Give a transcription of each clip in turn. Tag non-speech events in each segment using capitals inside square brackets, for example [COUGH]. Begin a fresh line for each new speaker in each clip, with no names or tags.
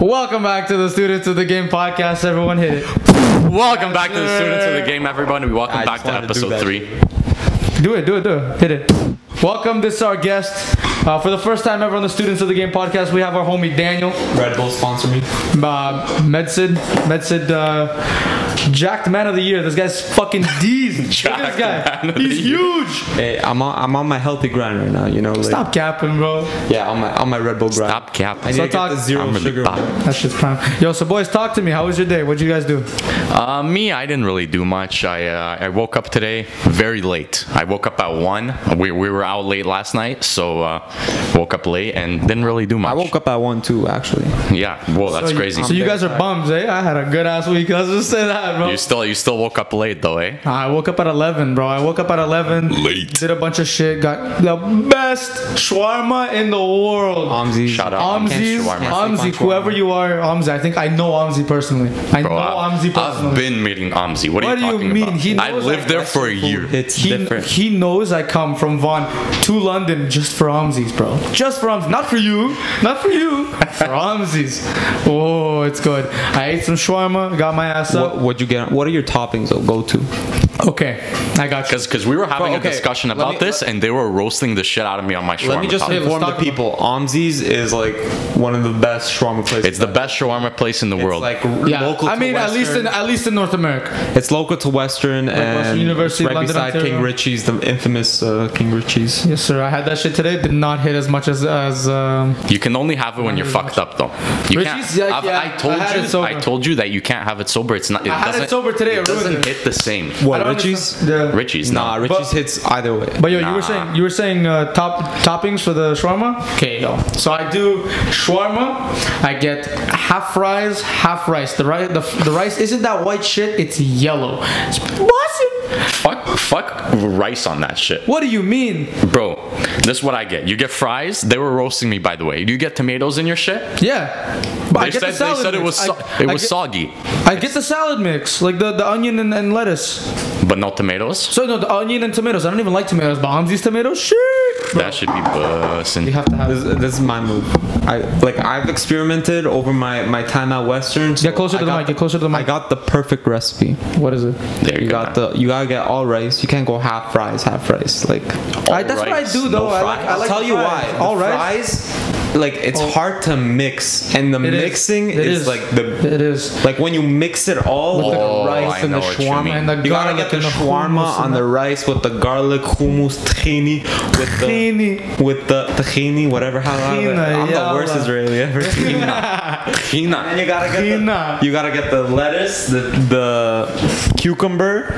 Welcome back to the Students of the Game podcast. Everyone hit it.
Welcome back to the students of the game, everybody. We welcome
I
back
just
to
wanted to do
episode
that.
three.
Do it, do it, do it. Hit it. Welcome. This is our guest. Uh, for the first time ever on the Students of the Game podcast, we have our homie Daniel,
Red Bull sponsor me.
uh, Medsid, Medsid, uh, jacked man of the year. This guy's
[LAUGHS]
fucking D's. Look at this
Jacked man
guy.
of the
He's
year.
huge.
Hey, I'm on, I'm on my healthy grind right now. You know, like,
Stop capping, bro.
Yeah, on my on my Red Bull grind.
Stop cap.
I need to
talk-
get the zero
I'm really
sugar.
bad.
That shit's prime. Yo, so boys, talk to me. How was your day? What'd you guys do?
Uh, me, I didn't really do much. I uh, I woke up today very late. I woke up at one. We, we were out late last night, so uh, woke up late and didn't really do much.
I woke up at one too, actually.
Yeah. Whoa, that's
so
crazy.
Oh, You, so you guys are bums, eh? I had a good ass week. [LAUGHS] Let's just say that, bro.
you still you still woke up late though, eh?
I woke up at 11, bro. I woke up at 11.
Late.
Did a bunch of shit. Got the best shawarma in the world.
Omzi.
Shout out.
Omzi,
Shawarma.
Omzi, whoever you are, Omzi. I think I know Omzi personally. I
Bro,
know
I-
Omzi personally.
I've been meeting Amzi. What,
What
are you
do
talking
you mean?
about?
He
I
knows
lived
I
there for a
Western
year.
food hits
he,
different.
he knows I come from Vaughan to London just for Omzi's, bro. Just for Omzi's. Not for you. Not for you. for Omzi's. Oh, it's good. I ate some shawarma, got my ass up.
what would you get? What are your toppings? though? go to.
Okay, I got you.
Because because we were having
Oh, okay,
a discussion
let
about
me-
this, and they were roasting the shit out of me on my shawarma.
Let me just
topic.
let's
inform the
talk about-
people. Omzi's is like one of the best shawarma places.
It's the best shawarma place in the
It's
world.
like r-
Yeah,
local.
I
to
mean, at least in
Western.
at least in North America.
it's local to Western and
Western University,
right
London,
beside
Ontario.
King Richie's, the infamous uh, King Richie's.
Yes, sir. I had that shit today. Did not hit as much as as. Um,
you can only have it when you're fucked up, though. You
Richie's,
can't.
yeah,
I've-
yeah,
I told
I had it
you.
sober.
I told you that you can't have it sober. It's not. It
I had
doesn't,
it sober today.
It
I ruined
doesn't
it.
hit the same.
I
What
don't
Richie's?
understand- Yeah.
Richie's
Nah,
not.
Richie's hits either way.
But yo, you were
Nah.
saying you were saying uh, top toppings for the shawarma. Okay, yo. So I do shawarma. I get half fries, half rice. The rice, the, the rice isn't that white shit. It's yellow. It's- What's it?
Fuck, fuck rice on that shit,
What do you mean?
bro. This is what I get. You get fries. They were roasting me, by the way. You get tomatoes in your shit.
Yeah, but
They said, they said it was so-
I,
it
I
was
get,
soggy,
I get the salad mix, like the, the onion and, and lettuce.
but no tomatoes.
So no, the onion and tomatoes. I don't even like tomatoes, but Hamzi's tomatoes, shit. bro.
That should be bussin'.
You have to have.
This, this is my move. I like I've experimented over my, my time at Western. so
Get closer to
I
the
got
mic, get closer to the
I
mic.
got the perfect recipe.
What is it?
There you,
You
go.
got the you gotta get all rice. You can't go half fries, half rice. Like
All
I, that's what I
rice,
do
no
though. Oh, I like,
fries.
I like
tell
the
you
fries.
why.
All
the
right.
fries, like it's hard to mix, and the
Oh. It is.
mixing
It
is,
is.
like the
It is.
like when you mix it all.
With
Oh,
the rice
I
and the
know what you
shawarma
mean.
and the garlic
you gotta get the
and
shawarma
hummus
on
and
the rice with the garlic hummus tahini with the
tahini.
with the tahini whatever. How
Tahina,
I'm
yeah,
the worst
Allah.
Israeli
[LAUGHS]
ever.
Hina.
And you gotta get
Peanut.
the, you gotta get the lettuce, the, the cucumber,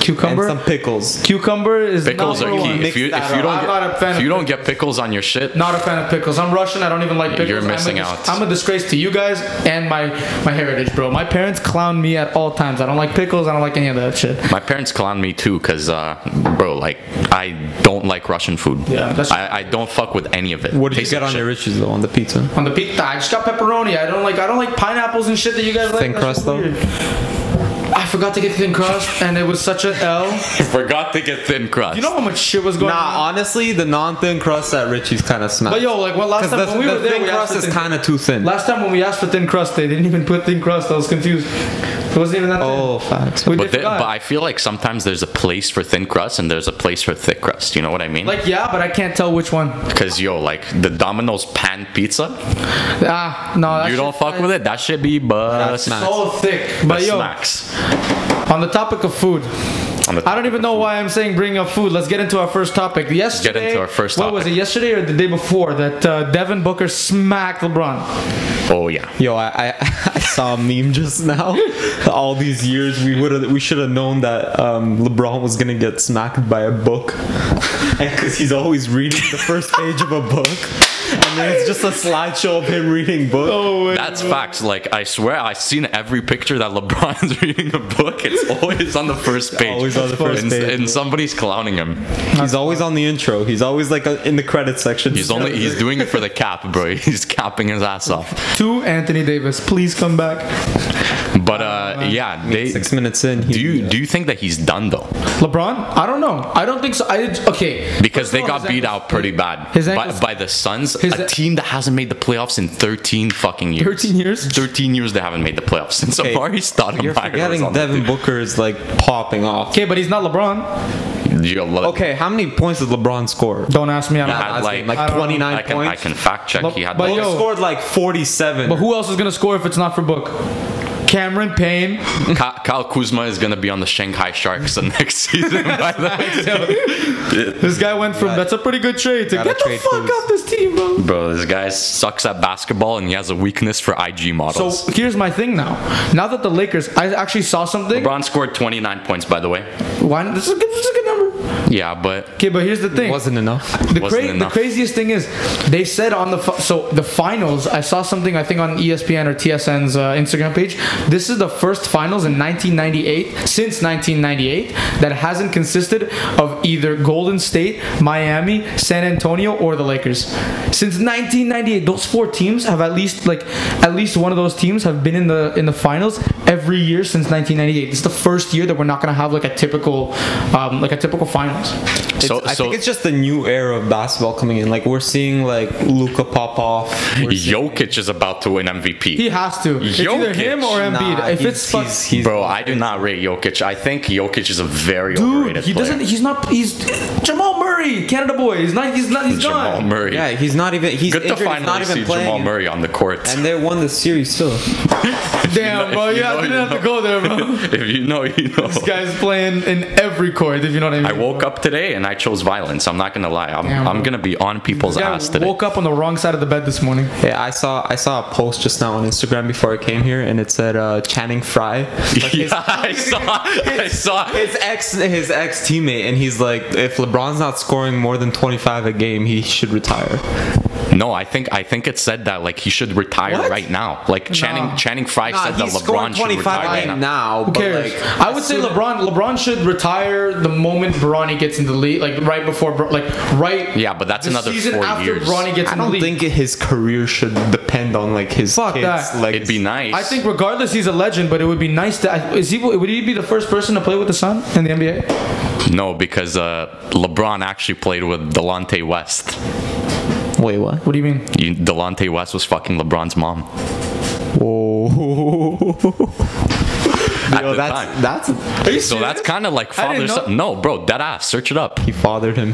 Cucumber.
and some pickles.
Cucumber is
Pickles
number
are
one.
key. If
Mix
you
that
if you
up.
don't
I'm not a fan
get, if
of
you don't get pickles on your shit,
Not a fan of pickles. I'm Russian. I don't even like pickles.
You're
I'm a
missing
dis-
out.
I'm a disgrace to you guys and my my heritage, bro. My parents clown me at all times. I don't like pickles. I don't like any of that shit.
My parents clown me too, cause uh, bro, like I don't like Russian food.
Yeah, that's-
I, I don't fuck with any of it.
What did you
Tastes
get
like
on
shit.
your riches though on the pizza?
On the pizza, I just got pepperoni. I don't like I don't like pineapples and shit that you guys like.
Thin
That's
crust,
just
though?
weird. I forgot to get thin crust, and it was such an L.
You [LAUGHS] forgot to get thin crust.
You know how much shit was going on.
Nah, honestly, the non-thin crust at Richie's kind of smacks.
But yo, like well, last time
because the,
when we
the
were there,
thin
we asked
crust
for
is
thin-
kind of too thin.
Last time when we asked for thin crust, they didn't even put thin crust. I was confused. It wasn't even that. thin.
oh, facts.
We
but,
they
thi- but
forgot.
I feel like sometimes there's a place for thin crust and there's a place for thick crust. You know what I mean?
like yeah, but I can't tell which one.
Cause yo, like the Domino's pan pizza,
Ah, no. That
you don't
shit-
fuck with it. That should be bust.
smacks.
So thick. But yo,
Smacks.
on the topic of food.
On the
I don't even know why I'm saying bring up food. Let's get into our first topic. Yesterday,
into our first
What was it?
topic.
Yesterday or the day before that uh, Devin Booker smacked LeBron.
Oh yeah.
Yo, I, [LAUGHS] I I saw a meme just now. [LAUGHS] All these years, we would have we should have known that um, LeBron was gonna get smacked by a book, [LAUGHS] because he's always reading the first page of a book, and then it's just a slideshow of him reading books.
That's facts. Like I swear, I've seen every picture that [LAUGHS] LeBron's reading a book. It's always on the first page.
Always on the first
and,
page.
And somebody's clowning him.
He's always on the intro. He's always like uh, in the credit section.
He's only he's doing it for [LAUGHS] the cap, bro. He's capping his ass off.
To Anthony Davis, please come back.
But
Oh,
uh, yeah, they.
Six minutes in. He,
Do you do you think that he's done though?
LeBron? I don't know. I don't think so. I okay
Because they
First of all,
got
his
beat
ankles-
out pretty bad
his
by,
ankles-
by the Suns,
his
a
a-
team that hasn't made the playoffs in 13 fucking years.
13 years?
13 years they haven't made the playoffs since
Okay.
Amari Stoudemire
You're forgetting Devin Booker is like popping off.
Okay, but he's not LeBron.
Okay.
Okay, how many points did LeBron score?
Don't ask me. I'm
Yeah,
not.
I- like-
I
like
don't know.
29
I can,
points.
I can fact check.
But-
He had
but
like
yo-
He scored like 47.
But who else is gonna score if it's not for Book? Cameron Payne.
Ka- Kyle Kuzma is gonna be on the Shanghai Sharks the [LAUGHS] next season.
[LAUGHS]
by the
This guy went from that's a pretty good trade to
Gotta
get the
trade
fuck
Kuz.
off this team, bro.
Bro, this guy sucks at basketball and he has a weakness for IG
So
models.
here's my thing now. Now that the Lakers, I actually saw something.
LeBron scored 29 points, by the way.
Why? This is, a good, this is a good number.
Yeah, but
Okay, but here's the thing.
wasn't enough.
the,
wasn't
cra- the
enough.
craziest thing is they said on the fi- so the finals i saw something i think on E espn or tsn's uh, instagram page this is the first finals in 1998 since 1998 that hasn't consisted of either golden state miami san antonio or the lakers since 1998 those four teams have at least like at least one of those teams have been in the in the finals every year since 1998 this is the first year that we're not going to have like a typical um, like a typical finals
so
It's- I
so
think it's just the new era of basketball coming in. Like we're seeing like Luca pop off. We're seeing-
Jokic is about to win MVP.
He has to. It's either
Jokic.
him or Embiid.
Nah,
if
he's-
it's fuck,
he's- he's-
Bro, I do not rate Jokic. I think Jokic is a very
dude,
overrated
he
player.
doesn't. He's not. He's Jamal Murray, Canada boy. He's not. He's not. He's
Jamal
gone.
Murray.
yeah, he's not even. He's
Good to
injured, he's not
finally
even
see
playing.
Jamal Murray on the court.
And they won the series still.
Damn, bro.
If you
Yeah,
know,
I
you
didn't have
know.
to go there, bro.
[LAUGHS] if you know, you
[LAUGHS]
know.
this guy's playing in every court. If you know what I mean.
I woke up today and I chose violence. I'm not gonna lie. I'm,
Damn,
I'm
bro.
gonna be on people's
This guy
ass today.
woke up on the wrong side of the bed this morning.
Yeah, I saw I saw a post just now on Instagram before I came here, and it said uh, Channing
[LAUGHS]
Frye. Like,
yeah,
his,
I saw. I saw.
his ex his ex teammate, and he's like, if LeBron's not scoring more than 25 a game, he should retire.
No, I think I think it said that like he should retire
What?
right now. Like Channing Channing Frye
Nah,
said that
he's scoring
LeBron should
25
retire
a
right
game
now.
now.
Who cares?
But like,
I would say LeBron. LeBron should retire the moment Bronny gets in the league, like right before, Bro- like right.
Yeah, but that's
the
another
season
four
after
years.
Bronny gets
I
in the
don't
league.
think his career should depend on like his
Fuck
kids.
that.
Like,
It'd be nice.
I think regardless, he's a legend, but it would be nice to. I- Is he? Would he be the first person to play with the Sun in the NBA?
no, because uh, LeBron actually played with Delonte West.
Wait, what?
What do you mean?
You, Delonte West was fucking LeBron's mom.
Whoa. [LAUGHS]
At
Yo,
the
that's
time.
that's
Are you
so that's
serious?
kind of like father
didn't
son. No, bro, dead ass. Search it up.
he fathered him.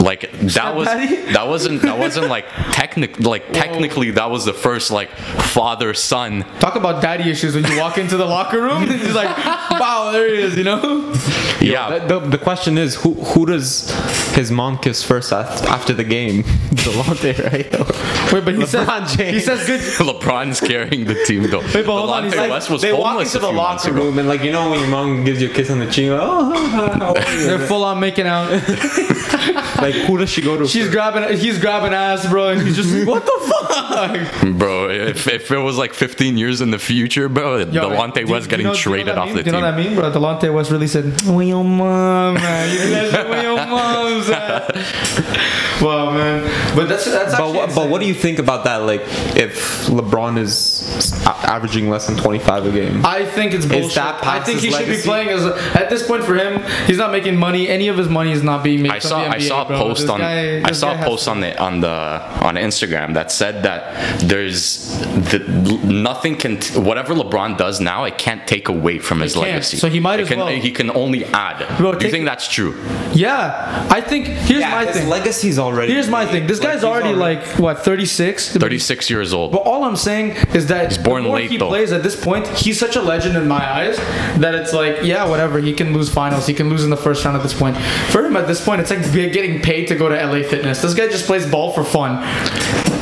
Like that was
Daddy?
[LAUGHS] that wasn't that wasn't like technic like technically that was the first like father son.
Talk about daddy issues when you walk into the locker room [LAUGHS] and he's like, wow, there he is, you know?
Yeah,
The, the, the question is who who does his mom kiss first af- after the game? [LAUGHS] Delonte, right?
Wait, but he says,
LeBron James.
he says good.
[LAUGHS] LeBron's carrying the team though.
but hold on,
Delonte
he's like-
West was
they walk
homeless
into
a
the
few months
locker
ago.
room and like you know when your mom gives you a kiss on the cheek, like, oh, [LAUGHS] how are you?"
They're full on making out.
like who does she go to?
She's
first?
grabbing, he's grabbing ass, bro, and he's just like, what the fuck?
Bro, if, if it was like 15 years in the future, bro,
Yo,
Delonte
do you-
West
do
getting
you know- do you know
traded
that
off
meme?
the
Do you
team.
know what I mean, bro? Delonte West really said, "Where your mom at? You guys know where your mom's [LAUGHS] at?" Wow, man. But that's that's
but
actually.
what, but what do you think about that? Like if LeBron is a- averaging less than 25 a game,
I think it's bullshit.
that
I
past
think
his
he should be
legacy?
playing as at this point for him. He's not making money. Any of his money is not being made.
I
from
saw
the
I
NBA,
saw a
bro.
post
This
on
guy-
I
this
saw
guy
a
has
post on the on the on Instagram that said that there's that nothing can t- whatever LeBron does now it can't take away from his
can't.
legacy.
So he might
It
as
can,
well.
He can only add.
Bro,
Do you
take-
think that's true?
Yeah, I think here's
yeah,
my
his
thing.
legacy's already.
here's my thing. This
Like,
guy's
he's
already, like what 36.
36 years old.
But all I'm saying is that he's
born
the more
late,
he
though.
plays at this point, he's such a legend in my eyes that it's like, yeah, whatever. He can lose finals. He can lose in the first round at this point. For him at this point, it's like we're getting paid to go to LA Fitness. This guy just plays ball for fun.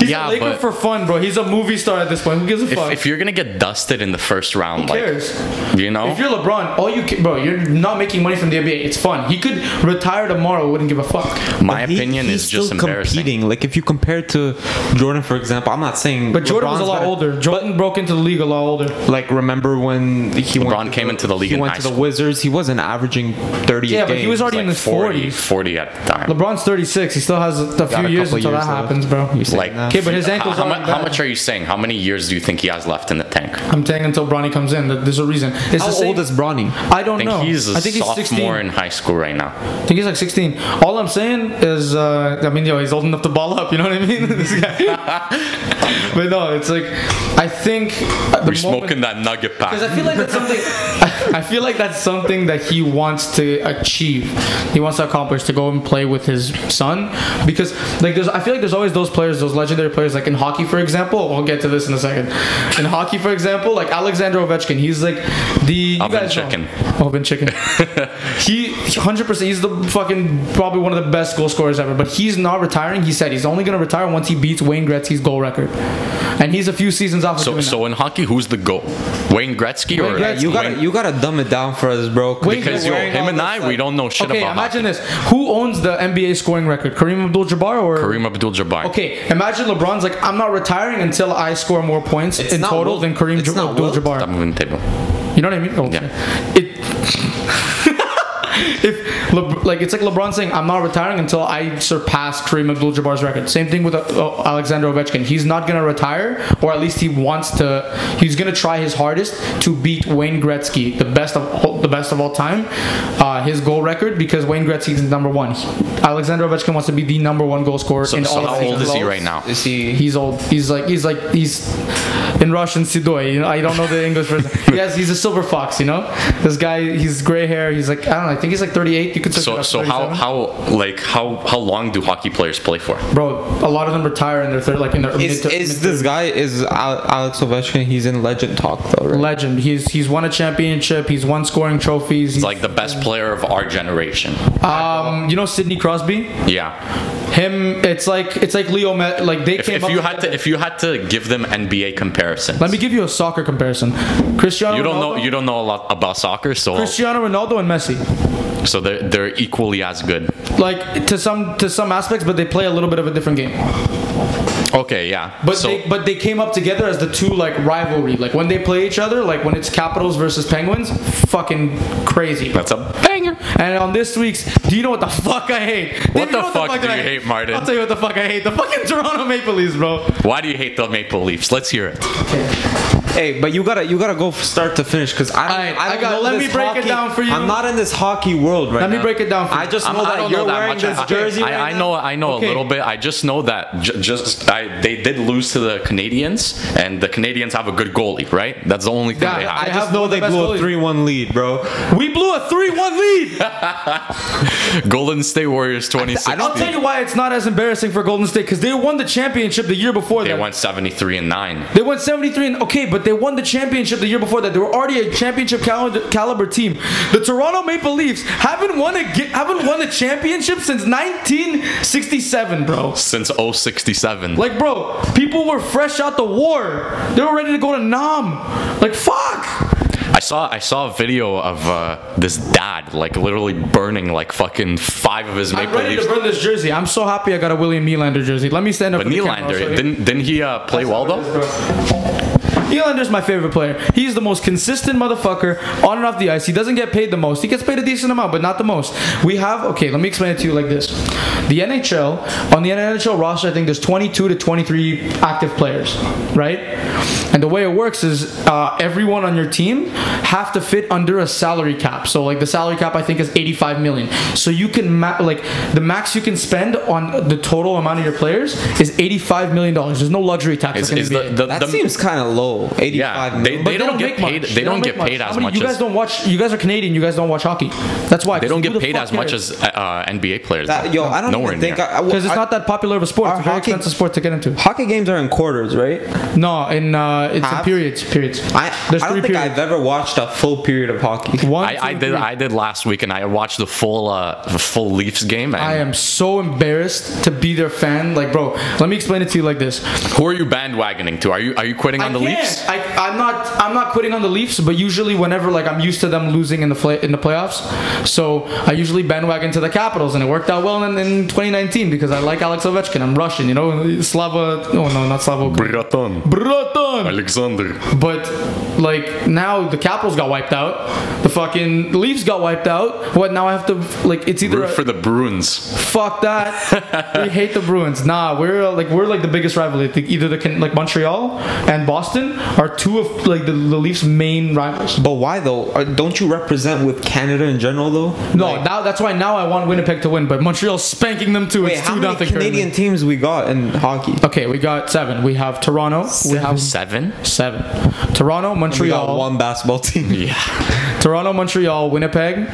He's a
Yeah,
Laker
but-
for fun, bro. He's a movie star at this point. Who gives a
If,
fuck?
if you're gonna get dusted in the first round,
Who
like
cares?
you know,
If you're LeBron, all you can, bro, you're not making money from the NBA. It's fun. He could retire tomorrow, wouldn't give a fuck.
my
But he-
opinion
he's
is just
still
embarrassing.
Competing. Like if you compare to Jordan, for example, I'm not saying.
But Jordan was a
LeBron's
lot
better.
older. Jordan broke into the league a lot older.
Like remember when he
LeBron
went to
came into the league
He
in
went
high
to the
school.
Wizards. He wasn't averaging 30.
Yeah, but he was
games.
already in
Like
his 40s.
40 at the time.
LeBron's 36. He still has a few
Got a
years
couple
until that
left.
happens, bro.
You're saying
like
that?
Okay, but his ankles
How,
are
mu- how much are you saying? How many years do you think he has left in the tank?
I'm saying until Bronny comes in. that There's a reason. It's the
How
same-
old is Bronny?
I don't
I think
know.
he's a
I think he's
sophomore
16.
in high school right now.
I think he's like 16. All I'm saying is, uh, I mean, yo, he's old enough to ball up. You know what I mean? [LAUGHS] this guy. but no, it's like I think uh, the
We're smoking that nugget pack.
Because I feel like that's something. [LAUGHS] I, I feel like that's something that he wants to achieve. He wants to accomplish to go and play with his son. Because like there's, I feel like there's always those players, those legendary players. Like in hockey, for example, we'll get to this in a second. In hockey, for example, like Alexander Ovechkin, he's like the you
Oven
guys know.
chicken.
Oven
[LAUGHS]
chicken. he 100. percent He's the fucking probably one of the best goal scorers ever. But he's not retiring. He said he's only gonna retire once he beats Wayne Gretzky's goal record, and he's a few seasons off. Of
so,
doing that.
so in hockey, who's the goal? Wayne Gretzky or
Gretzky.
You gotta,
Wayne-
you gotta dumb it down for us, bro.
Wait,
because
You're
yo,
wearing
him and I, we don't know shit
Okay,
about
imagine this. Who owns the NBA scoring record? Kareem Abdul-Jabbar or
Kareem Abdul-Jabbar.
Okay, imagine LeBron's like, I'm not retiring until I score more points
It's
in
not
total
Wilt.
than Kareem
It's not Wilt.
Stop
Abdul-Jabbar.
moving the table.
You know what I mean? Okay. It. [LAUGHS] If Le- like it's like LeBron saying I'm not retiring until I surpass Kareem Abdul-Jabbar's record. Same thing with uh, uh, Alexander Ovechkin. He's not gonna retire, or at least he wants to. He's gonna try his hardest to beat Wayne Gretzky, the best of all, the best of all time, uh, his goal record because Wayne Gretzky's number one. He- Alexander Ovechkin wants to be the number one goal scorer
So,
in
so
all
how
of
old is he
time.
right now?
Is he?
He's old. He's like he's like he's in Russian Sidoy. You know, I don't know the English
[LAUGHS]
version. Yes, he's a silver fox. You know, this guy. He's gray hair. He's like I don't know. I think he's like 38. You could search it
So,
up,
so how,
37.
how like how how long do hockey players play for?
Bro, a lot of them retire in their third, like in their
Is,
mid-
is this guy is Al- Alex Ovechkin? He's in legend talk though, right?
legend. He's he's won a championship. He's won scoring trophies. He's
Like the best
Mm.
player of our generation.
um, you know Sidney Crosby.
Yeah.
Him. It's like it's like Leo. Met, like they
If,
came
if
up.
you
with-
had to if you had to give them NBA comparisons,
let me give you a soccer comparison. Cristiano.
you don't know
Ronaldo,
you don't know a lot about soccer, so
Cristiano Ronaldo and Messi.
so they're they're equally as good.
like to some to some aspects, but they play a little bit of a different game.
Okay, yeah.
But
so
they but they came up together as the two like rivalry. Like when they play each other, like when it's Capitals versus Penguins, fucking crazy.
that's a
banger. And on this week's, do you know what the fuck I hate? Dave, you
the
know
fuck do
I
you hate, Martin?
I'll tell you what the fuck I hate. The fucking Toronto Maple Leafs, bro.
why do you hate the Maple Leafs? Let's hear it.
Hey, but you gotta you gotta go from start to finish because I don't,
Alright,
I
I
don't
got-
know
let
this
me break it
hockey-
down for you.
I'm not in this hockey world right now.
Let me break it down for you.
I just know
I'm-
that you're wearing
I-
this jersey.
I,
right
I
now.
know, I know
Okay.
a little bit. I just know that j- just I, they did lose to the Canadians, and the Canadians have a good goalie, right? That's the only thing
Yeah,
they
I
have.
I just
have one
know
of the
they
best
blew a
goalies.
three-one lead, bro.
We blew a 3-1 lead.
Golden State Warriors 2016.
I'll tell you why it's not as embarrassing for Golden State because they won the championship the year before.
they
that.
went 73 and nine.
They won 73 and okay, but they won the championship the year before that. They were already a championship caliber, caliber team. The Toronto Maple Leafs haven't won a ge- haven't won a championship since 1967, bro.
Since 067.
Like, bro, people were fresh out the war. They were ready to go to Nam. Like, fuck.
I saw I saw a video of uh, this dad like literally burning like fucking five of his
I'm
Maple
ready to
Leafs.
burn this jersey. I'm so happy I got a William Nylander jersey. Let me stand up.
But
for the camera. I'll
Nylander
show you.
didn't didn't he uh, play well though?
Nylander's my favorite player. He's the most consistent motherfucker on and off the ice. He doesn't get paid the most. He gets paid a decent amount, but not the most. We have okay. Let me explain it to you like this: the NHL on the NHL roster, I think there's 22 to 23 active players, right? And the way it works is uh, everyone on your team have to fit under a salary cap. So like the salary cap, I think is 85 million. So you can ma- like the max you can spend on the total amount of your players is 85 million dollars. There's no luxury tax.
Is,
like in
is
the
the,
NBA.
the,
That
the-
seems kind of low.
yeah,
Eighty-five.
they,
million.
they don't
make
get paid.
much.
They don't
make
get paid
How
as
many-
much
You
as
guys don't watch. You guys are Canadian. You guys don't watch hockey. That's why
They don't get
Who the
paid
fuck
as much
cares?
as uh, NBA players.
That- yo, I don't
Nowhere
even think
near.
I, I,
because it's not that popular of a sport. It's
Our
a very
hockey-
expensive sport to get into.
hockey games are in quarters, right?
No, in uh, it's in
Half?
periods. Periods.
I,
There's
I don't
three
think
periods.
I've ever watched a full period of hockey.
One,
I, I
two,
did.
three.
I did last week, and I watched the full, uh, the full Leafs game. And
I am so embarrassed to be their fan. Like, bro, let me explain it to you like this.
Who are you bandwagoning to? Are you are you quitting on
I
the
can't.
Leafs? Leafs.
I, I'm not I'm not quitting on the Leafs, but usually whenever like I'm used to them losing in the play, in the playoffs, so I usually bandwagon to the Capitals, and it worked out well in, in 2019 because I like Alex Ovechkin. I'm Russian, you know, Slava. Oh no, not Slava.
Bratan.
Bratan.
Alexander.
But like now the Capitals got wiped out, the fucking Leafs got wiped out. What now? I have to like it's either
Root for the Bruins.
Fuck that.
[LAUGHS]
we hate the Bruins. Nah, we're uh, like we're like the biggest rivalry. Like, either the Can- like Montreal and Boston are two of like the, the Leafs' main rivals.
But why though? Uh, Don't you represent with Canada in general though?
No, now that's why now I want Winnipeg to win, but Montreal's spanking them too.
Wait,
it's
how
two
many
nothing. currently.
Canadian teams we got in hockey?
Okay, we got seven. We have Toronto. We have
Seven?
seven. Toronto,
We got
Montreal,
one basketball team.
Yeah.
Toronto, Montreal, Winnipeg,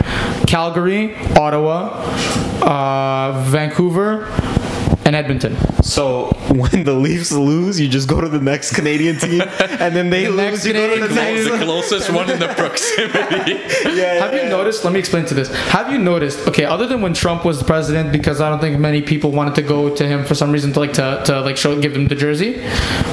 Calgary, Ottawa, uh, Vancouver, and Edmonton.
So when the Leafs lose, you just go to the next Canadian team, and then
[LAUGHS]
they
The next
lose. You go to
Canadian
the
team.
next.
the closest one in the proximity.
Yeah, yeah,
Have you
yeah.
noticed? Let me explain to this. Have you noticed? Okay, other than when Trump was the president, because I don't think many people wanted to go to him for some reason to like to, to like show give them the jersey.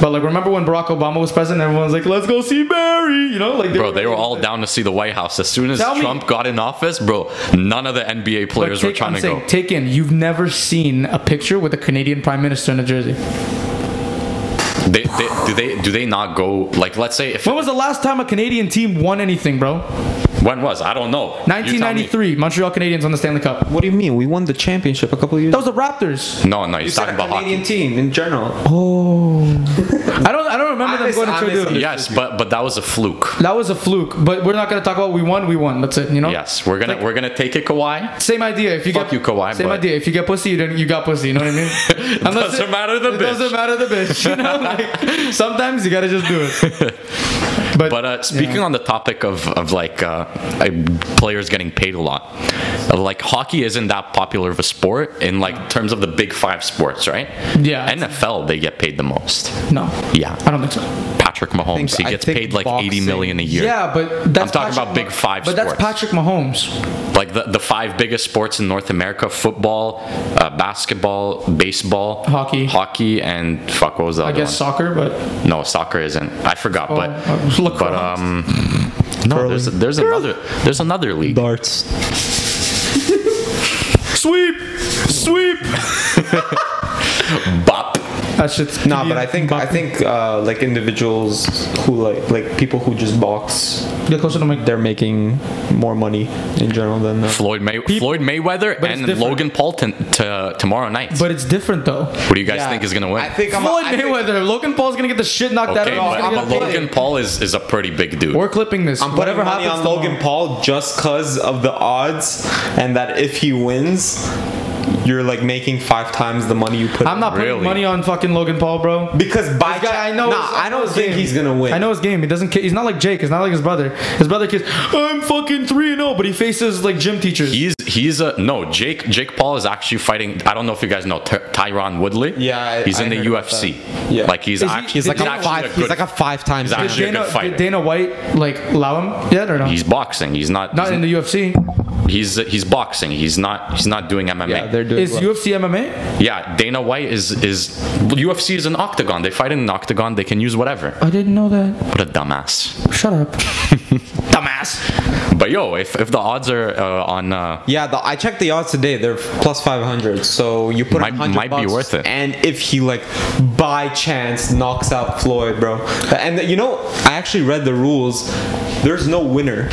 But like remember when Barack Obama was president, everyone was like, "Let's go see Barry," you know, like
[LAUGHS] Bro, they were all down to see the White House. As soon as
Tell me-
Trump got in office, bro, none of the NBA
But
players were
take-
trying
I'm
to
saying,
go.
Take in. You've never seen a picture with a Canadian prime minister in a jersey.
They, they, do they do they not go? Like, let's say if
When was the last time a Canadian team won anything, bro?
when was I don't know. You tell me.
1993, Montreal Canadiens won the Stanley Cup.
What do you mean? We won the championship a couple years.
That was the Raptors.
No, no, he's
said
talking about hockey.
Canadian team in general.
I don't. I don't remember them
Honest-
going to
honest-
Trudeau.
Yes, but but that was a fluke.
That was a fluke, but we're not gonna talk about we won. We won. That's it. You know.
Yes, we're gonna we're gonna take it, Kawhi.
Same idea. If you
Fuck
get
you, Kawhi,
Same
but-
idea. If you get pussy, you don't, you got pussy. You know what I
[LAUGHS]
mean? Unless
doesn't matter the
it
bitch.
doesn't matter the bitch. You know,
[LAUGHS]
like sometimes you gotta just do it. But,
But uh, speaking on the topic of of like uh, uh, players getting paid a lot, uh, like hockey isn't that popular of a sport in like terms of the big five sports, right?
Yeah.
NFL they get paid the most.
no,
Yeah.
I don't think so.
Patrick Mahomes,
think-
he
I
gets
think
paid like eighty
boxing-
million a year.
Yeah, but that's
I'm talking about
Mah-
big five
But that's
sports.
Patrick Mahomes.
Like the, the five biggest sports in North America: football, uh, basketball, baseball,
Hockey.
hockey, and fuck, what was the
I
other
guess
one?
soccer, but
no, soccer isn't. I forgot, but
uh, look
but
around.
um, no, there's there's another there's another league.
Darts.
sweep, sweep.
Bop.
That shit's
Nah, but I think I think uh, like individuals who like like people who just box,
get closer to my.
they're making more money in general than uh,
Floyd May Floyd Mayweather
it's
and
different.
Logan Paul t- to tomorrow night.
But it's different though.
what do you guys think is gonna win?
I think I'm
Floyd
I think-
Mayweather, Logan Paul's gonna get the shit knocked out of
okay,
him. He's
but,
gonna
but
get paid.
Logan Paul is is a pretty big dude.
We're clipping this.
I'm
Whatever
putting money
happens
on Logan
tomorrow.
Paul just because of the odds, and that if he wins, you're like making five times the money you put.
I'm not putting
Really?
money on fucking Logan Paul, bro.
because by
This guy, I know.
Nah,
his-
I don't
his
think
game.
he's gonna win.
I know his game. He doesn't. ki- He's not like Jake. He's not like his brother. His brother kids. I'm fucking three and zero, but he faces like gym teachers.
He's he's a no Jake Jake Paul is actually fighting. I don't know if you guys know Ty- Tyron Woodley.
Yeah, I-
he's in
I
the
heard about
UFC.
that. Yeah.
like he's
Is he-
actually
he's like a
actually
five-
good-
five times.
He's actually- a good
Dana,
fighter.
did Dana White like allow him yet or no?
he's boxing. He's not.
not in
he's,
the UFC.
he's he's boxing. He's not he's not doing MMA.
yeah, they're doing.
Is
well.
UFC MMA?
Yeah, Dana White is is UFC is an octagon. They fight in an octagon. They can use whatever.
I didn't know that.
What a dumbass.
Shut
[LAUGHS]
up, dumbass.
But yo, if, if the odds are uh, on, uh,
Yeah, the, I checked the odds today. They're plus five hundred. So you put
Might-
in 100
might be
bucks,
worth it.
And if he like by chance knocks out Floyd, bro. And you know, I actually read the rules. There's no winner.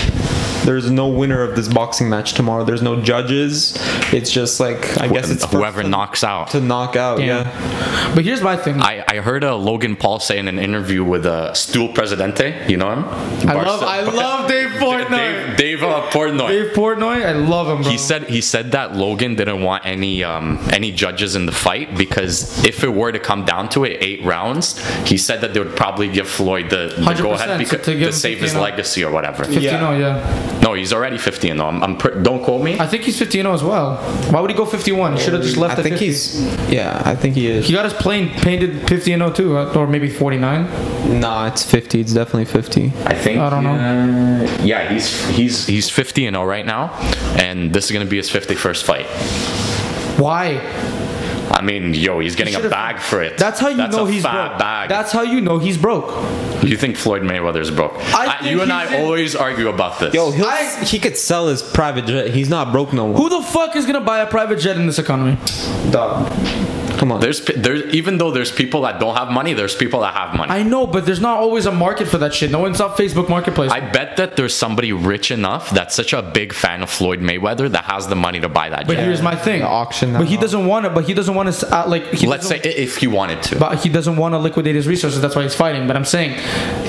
There's no winner of this boxing match tomorrow. There's no judges. It's just like I guess it's first
whoever
to-
knocks out.
to knock out. Yeah.
Yeah. But here's my thing.
I, I heard uh, Logan Paul say in an interview with uh, Stuhl Presidente. You know him?
I love. I love Dave Portnoy.
Dave, Dave uh, Portnoy.
Dave Portnoy. I love him, bro.
He said he said that Logan didn't want any um, any judges in the fight because if it were to come down to it, eight rounds, he said that they would probably give Floyd the, the
100%,
go ahead because
to
to,
give him
save
15
his
up.
legacy or whatever.
15
yeah.
yeah. oh, yeah.
No, he's already 50 and 0. I'm, I'm pre- don't quote me.
I think he's 15 as well. Why would he go 51? He should have just left.
I
at
think
50.
he's. Yeah, I think he is.
He got his plane painted 50 and 02, uh, or maybe 49.
Nah, it's fifty. It's definitely fifty.
I think.
I don't
know. yeah, he's he's he's 50 and 0 right now, and this is gonna be his 51st fight.
Why?
I mean, yo, he's getting a
should've-
bag for it.
That's how you know
a
he's
fat
broke.
Bag.
That's how you know he's broke.
you think Floyd Mayweather's broke?
I
I- you
think
and
he's
I
in-
always argue about this.
Yo, he'll,
I-
he could sell his private jet. He's not broke no more.
Who the fuck is gonna buy a private jet in this economy?
Come on.
there's pe- there's even though there's people that don't have money, there's people that have money. I,
I know, but there's not always a market for that shit. No one's on Facebook Marketplace.
bet that there's somebody rich enough that's such a big fan of Floyd Mayweather that has the money to buy that
but
jet.
here's my thing.
The auction
But he
now.
doesn't want it. But he doesn't want to. Uh, like he
Let's say
doesn't-
i- if he wanted to.
But he doesn't want to liquidate his resources. That's why he's fighting. But I'm saying,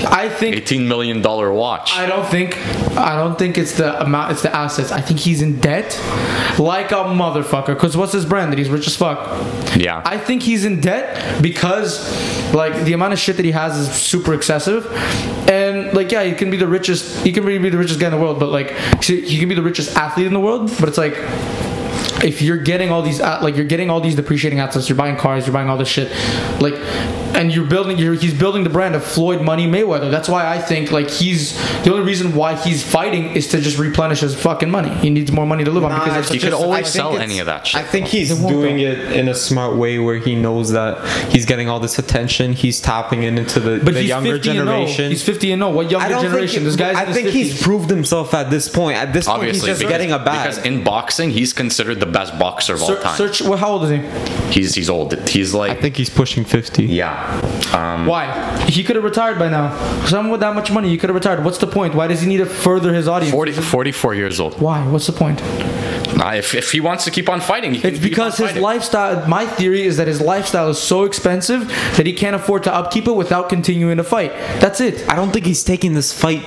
I think
$18 million watch.
I don't think I don't think it's the amount it's the assets. I think he's in debt like a motherfucker cuz what's his brand that he's rich as fuck.
Yeah.
I think he's in debt because like the amount of shit that he has is super excessive. And like yeah, he can be the richest he can really be the richest guy in the world, but like see, he can be the richest athlete in the world, but it's like if you're getting all these uh, like you're getting all these depreciating assets, you're buying cars, you're buying all this shit, like, and you're building you're, he's building the brand of Floyd Money Mayweather. That's why I think like he's the only reason why he's fighting is to just replenish his fucking money. He needs more money to live on because
he
it's
could
just,
always
I think
sell
it's-
Oh, any of that shit.
I think he's
It won't
doing it in a smart way where he knows that he's getting all this attention. He's tapping in into the,
but
the
he's
younger
50 and 0.
generation.
He's 50 and 0. What younger
I don't
generation? this
think.
guy's
I
in his
think
50s.
he's proved himself at this point. At this point, he's
Obviously,
just
because,
getting a
because
bag.
in boxing, he's considered the best boxer of all
Ser-
time.
Search. Well, how old is he?
He's he's old. He's
I
like
think he's pushing fifty.
yeah. Um,
Why? He could have retired by now. Someone with that much money, he could have retired. What's the point? Why does he need to further his audience?
40, 44 years old.
Why? What's the point?
Nah, if, if he wants to keep on fighting, he can
It's
keep
because
on
his
fighting.
lifestyle. My theory is that his lifestyle is so expensive that he can't afford to upkeep it without continuing to fight. That's it.
I don't think he's taking this fight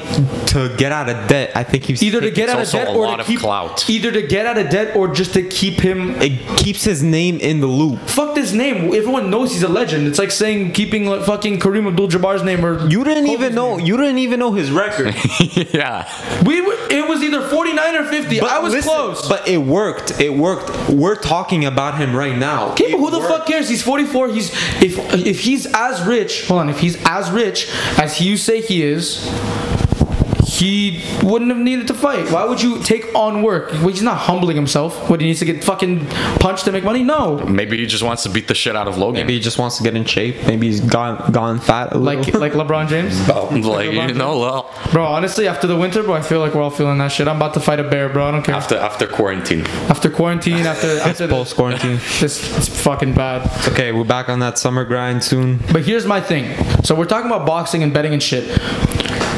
to get out of debt. I think he's
Either to get out of
also
debt
a
or
lot
to
of
keep
clout.
either to get out of debt or just to keep him.
it keeps his name in the loop.
Fuck this name. Everyone knows he's a legend. It's like saying keeping like, fucking Kareem Abdul-Jabbar's name or
You didn't even know. You didn't even know his [LAUGHS] record.
[LAUGHS] yeah.
we. were- It was either forty nine or fifty. I was
listen,
close.
But it worked. It worked. We're talking about him right now.
Okay, but
It
who the
worked.
fuck cares? He's 44. He's if if he's as rich, hold on, if he's as rich as you say he is, he wouldn't have needed to fight. Why would you take on work? Well, he's not humbling himself. What he needs to get fucking punched to make money? No.
Maybe he just wants to beat the shit out of Logan.
Maybe he just wants to get in shape. Maybe he's gone gone fat. A [LAUGHS]
Like
little.
like LeBron James,
like you know, well,
bro. Honestly, after the winter, bro, I feel like we're all feeling that shit. I'm about to fight a bear, bro. I don't care.
after after quarantine.
After quarantine, after after this,
post quarantine.
this, it's fucking bad.
okay, we're back on that summer grind soon.
But here's my thing. So we're talking about boxing and betting and shit.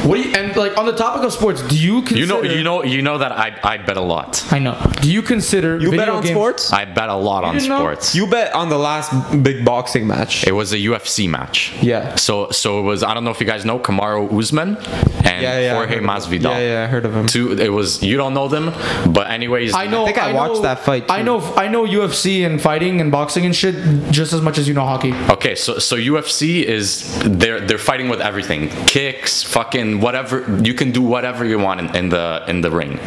What do you and like on the topic of sports? Do you consider?
You know, you know, you know that I I bet a lot.
I know. Do you consider
You bet
video
on
games-
sports.
I bet a lot on
didn't know?
sports.
You bet on the last big boxing match.
It was a UFC match.
Yeah.
So so it was. I don't know if you guys know Kamaru Usman and
Yeah, yeah. I
Jorge
heard of him.
Masvidal.
Yeah, yeah, I heard of him.
Two. It was. You don't know them, but anyways.
I know.
I think I watched
know-
that fight,
I
too.
know. I know UFC and fighting and boxing and shit just as much as you know hockey.
Okay, so so UFC is they're they're fighting with everything, kicks, fucking whatever. You can do whatever you want in, in the in the ring.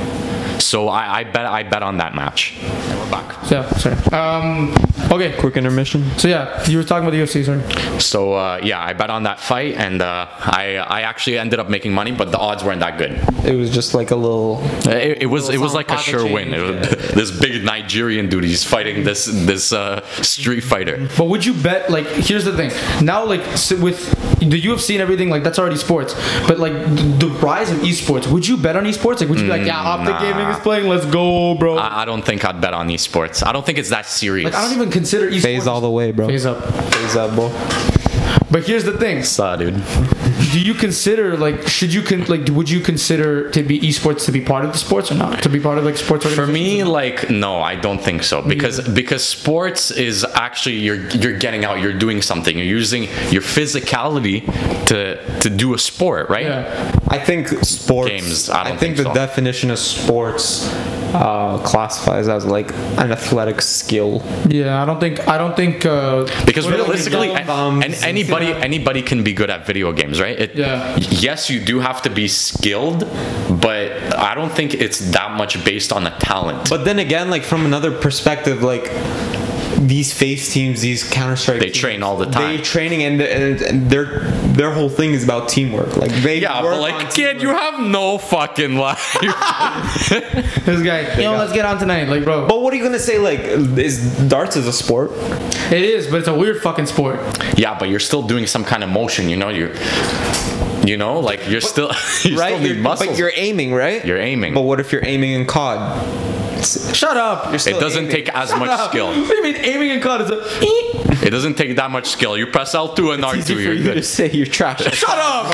So I, I bet I bet on that match. And we're back.
So sorry. Um. Okay.
Quick intermission.
So yeah, you were talking about the UFC. Sorry.
So uh, yeah, I bet on that fight, and uh, I I actually ended up making money, but the odds weren't that good.
It was just like a little.
Uh, It, it was it was
sound
like a
pocket
sure
change,
win. It was- [LAUGHS] this big Nigerian dude, he's fighting this this uh, street fighter.
But would you bet? Like, here's the thing. Now, like s- with the UFC and everything, like that's already sports. But like the, the rise of esports, would you bet on esports? Like, would you be like, yeah, Optic
Mm, nah.
Gaming is playing. Let's go, bro.
I, I don't think I'd bet on esports. I don't think it's that serious.
Like I don't even consider esports.
Phase all the way, bro.
Phase up.
Phase up, bro.
But here's the thing:
Saw, dude.
Do you consider like should you con- like would you consider to be esports to be part of the sports or not? To be part of like sports
For
organizations?
me, like no, I don't think so because because sports is actually you're you're getting out, you're doing something, you're using your physicality to to do a sport, right?
yeah.
I think sports.
Games, I don't think
think, the
so.
definition of sports uh, classifies as like an athletic skill.
Yeah, I don't think I don't think uh,
Because
Well,
realistically,
like,
an-
bombs
an-
and-
anybody anybody can be good at video games, right? It,
Yeah.
Yes, you do have to be skilled, but I don't think it's that much based on the talent.
But then again, like from another perspective, like these face teams, these Counter Strike.
They train all the time.
They're training, and, and, and their their whole thing is about teamwork. Like they
Yeah, but
work on
like, kid, you
teamwork.
have no fucking
[LAUGHS]
life.
This guy, you know, let's get on tonight, like, bro.
But what are you gonna say? Like, is darts is a sport?
It is, but it's a weird fucking sport.
yeah, but you're still doing some kind of motion. You know, you're, you know, like you're still, [LAUGHS] you
right,
still need
You're-
muscles.
but you're aiming, right?
You're aiming.
But what if you're aiming in COD?
Shut up.
You're
it
still
doesn't
aiming.
take as much
Shut up.
[LAUGHS]
skill.
What do you mean aiming and cut is a eep.
It doesn't take that much skill. You press L2 and
It's easy
R2,
for
you're
you
good.
to say you're trash.
Shut
[LAUGHS]
up!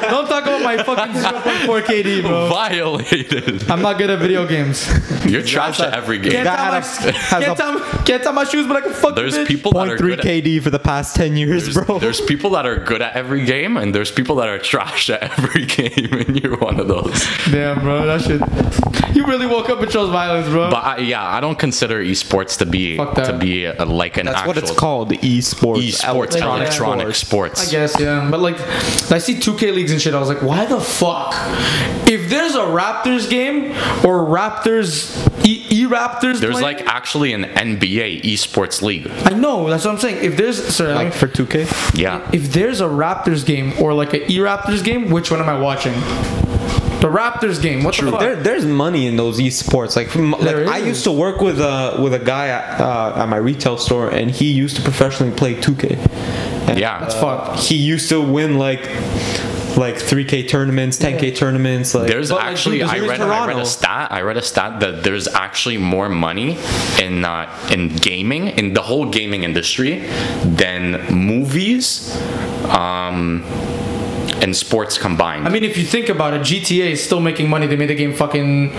Don't talk about my [LAUGHS] fucking 0.4 KD, bro.
[LAUGHS]
Violated.
I'm not good at video games.
You're trash at every game.
Can't
That
tie my, [LAUGHS]
has a- has
can't
a-
tie my- can't tie my shoes, but I can fuck
There's
bitch.
people that are good at,
KD for the past ten years,
there's, there's people that are good at every game, and there's people that are trash at every [LAUGHS] game, and you're one of those.
Damn, bro, that shit. You really woke up and chose violence, bro.
But I, yeah, I don't consider esports to be
Fuck that.
to be uh like an
That's
actual
what it's called, esports.
esports electronic,
sports.
sports.
I guess, yeah. But like, I see 2K leagues and shit. I was like, why the fuck? If there's a Raptors game or Raptors E, e Raptors,
There's
playing-
like actually an NBA esports league.
I know that's what I'm saying. If there's sorry,
Like for 2K,
Yeah.
if there's a Raptors game or like an E Raptors game, which one am I watching? The Raptors game. What the fuck?
there, there's money in those esports. Like, from, like
There
I
is.
used to work with a with a guy at, uh, at my retail store, and he used to professionally play 2K. And,
Yeah.
That's fucked.
he used to win like like 3K tournaments, 10K tournaments. Like,
There's
But, like,
actually
dude, this
I
is
read I read
Toronto.
a stat I read a stat that there's actually more money in uh, in gaming in the whole gaming industry than movies um, and sports combined.
I mean, if you think about it, GTA is still making money. They made the game fucking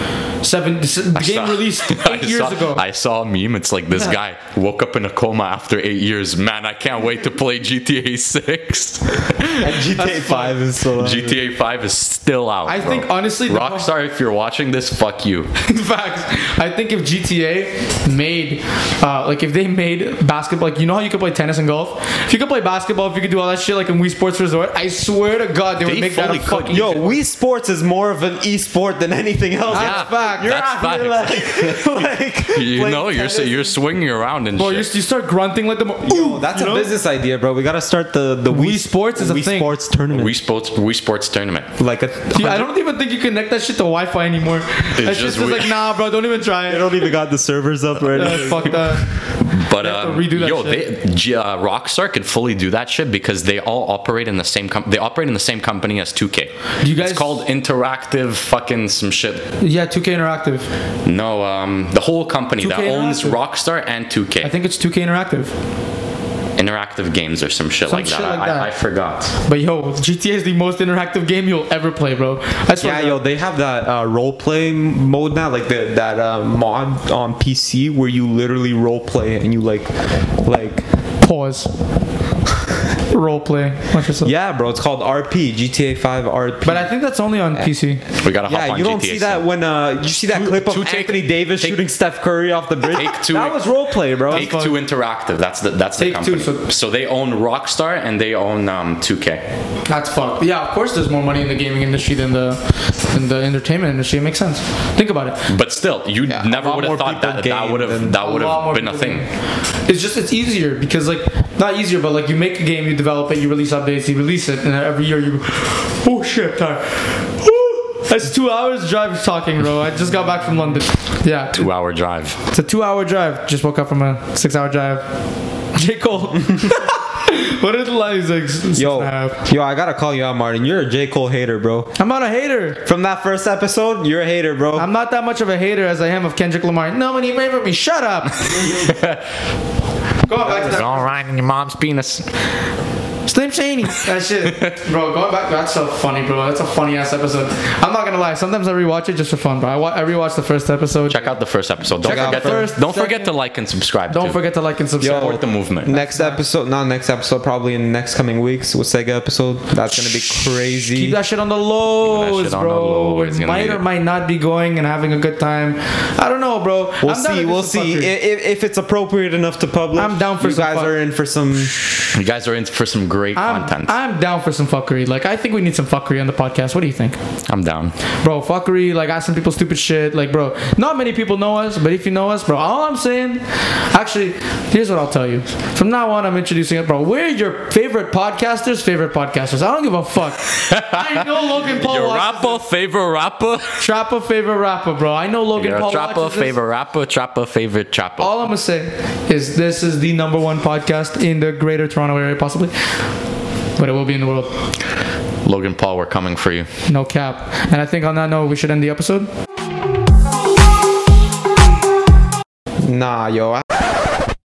seven. The game
saw-
released
[LAUGHS] I
eight years
saw-
ago.
I saw a meme. It's like this guy woke up in a coma after eight years. Man, I can't wait to play GTA 6. [LAUGHS]
and GTA 5 is still
GTA 5 is still out.
I
bro.
think, honestly, the mo-
Rockstar, if you're watching this,
[LAUGHS]
fuck you.
Facts. I think if GTA made, uh, like, if they made basketball, like, you know how you could play tennis and golf? If you could play basketball, if you could do all that shit, like in Wii Sports Resort, I swear to God, they,
They
would make that a
fully could.
fucking.
Yo, Wii Sports is more of an esport than anything else.
That's fact.
You're
that's
out here
[LAUGHS]
like, like
You
playing
know, you're s-
tennis.
you're swinging around and
Bro, you,
shit.
you start grunting like the. Mo-
Yo,
Ooh,
that's
you
a
know?
business idea, bro. We gotta start the the
Wii Sports is a
Wii
thing.
Sports tournament.
Wii Sports, Wii Sports tournament.
[LAUGHS] like a
Dude, I don't even think you connect that shit to Wi-Fi anymore. that shit's
just
just
we-
like, nah, bro, don't even try
I
it.
don't even got the servers up right
Uh,
now.
fuck that. have
But
to
um,
redo that
yo,
shit.
They, G- uh, Rockstar could fully do that shit because they all operate in the same. Com- they operate in the same company as 2K.
Do you guys-
It's called Interactive fucking some shit.
Yeah, 2K Interactive.
No, um, the whole company that
2K
owns
Interactive.
Rockstar and 2K,
I think it's 2K Interactive.
Interactive Games or some shit
Some
like
shit
that.
like
I,
that.
I forgot.
But yo, GTA is the most interactive game you'll ever play, bro. I swear
Yeah,
to
yo,
God.
they have that uh, role play mode now, like the, that uh, mod on PC where you literally role play and you like, like,
Pause. [LAUGHS] Roleplay. Watch yourself.
yeah, bro, it's called RP, GTA 5 RP.
But I think that's only on PC.
We gotta hop
yeah,
on
you don't
GTA
see that when uh, you see that clip of
two take-
Anthony Davis
take-
shooting Steph Curry off the bridge.
Take two-
that was role play, bro.
Take Two Interactive. That's the that's the
Take Two,
company. so, they own Rockstar and they own um, 2K.
That's fucked. Yeah, of course, there's more money in the gaming industry than the than the entertainment industry. It makes sense. Think about it.
But still, you
a
never
lot
would
more
have thought
people
that that
game
would
than-
have that
A
would
lot
have
more
been a
people
thing.
than- It's just it's easier because like not easier, but like you make a game, you develop it, you release updates, you release it, and every year you, oh shit, I'm tired. Woo! That's two hours drive talking, bro. I just got back from London. Yeah,
Two hour drive.
it's a two-hour drive. Just woke up from a six-hour drive. [LAUGHS] J Cole. [LAUGHS] what did lies like? six
Yo,
and a half?
yo, I gotta call you out, Martin. You're a J Cole hater, bro.
I'm not a hater.
From that first episode, you're a hater, bro.
I'm not that much of a hater as I am of Kendrick Lamar. No one favored me. Shut
[LAUGHS]
up. Go back to that
All right, and your mom's penis.
Slim Shady. That shit. bro, going back, that's so funny, bro. That's a funny ass episode. I'm not gonna lie. Sometimes I rewatch it just for fun, bro. I, wa- I rewatch the first episode.
Check out the first episode. Don't
Check out
forget
first,
to don't forget to
second.
like and subscribe.
Don't
too.
forget to like and subscribe.
support the movement.
next episode, not next episode, probably in the next coming weeks with Sega episode. That's gonna be crazy.
Keep that shit on the lows,
shit on the
bro.
low. It's
It
gonna
might
be-
or might not be going and having a good time. I don't know, bro.
We'll
I'm down
see.
to do
We'll
some
see
fuckery.
if, if, if it's appropriate enough to publish.
I'm down for
you
some
guys
fuck-
are in for some.
You guys are in for some great
I'm,
content. I'm,
I'm down for some fuckery. Like, I think we need some fuckery on the podcast. What do you think?
down.
Bro, fuckery, like asking people stupid shit. Like, bro, not many people know us, but if you know us, bro, all I'm saying, actually, here's what I'll tell you. From now on, I'm introducing it, bro. We're your favorite podcasters, favorite podcasters. I don't give a
[LAUGHS]
fuck. I know Logan Paul
Your
watches
rapper, favorite rapper.
Trapper favorite rapper, bro. I know Logan
Your
Paul
trapper,
watches Oh. this.
favorite rapper, trapper, favorite trapper.
All I'm gonna say is this is the number one podcast in the Greater Toronto area, possibly, but it will be in the world.
Logan Paul, we're coming for you.
No cap. And I think on that note, we should end the episode.
Nah, yo. I,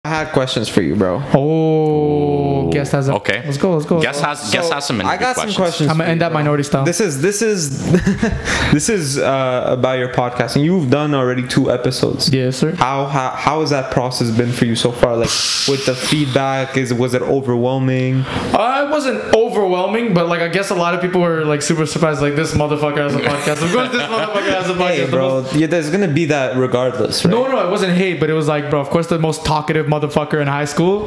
I had questions for you, bro.
Oh, guest has a.
Okay.
Let's go. Let's go.
Guess has guess
So,
has some.
I
interview
got some questions.
I'm gonna
for
end
you,
that
bro.
minority style.
This is this is [LAUGHS] this is uh, about your podcast, and you've done already two episodes.
yeah, sir.
How, how how has that process been for you so far? Like with the feedback, is was it overwhelming?
Uh, it wasn't overwhelming, but like I guess a lot of people were like super surprised. Like this motherfucker has a podcast. Of [LAUGHS] course, this motherfucker has a podcast.
Hey,
The most-
bro, yeah, there's gonna be that regardless, right?
No, no, it wasn't hate, but it was like, bro, of course, the most talkative motherfucker in high school [LAUGHS]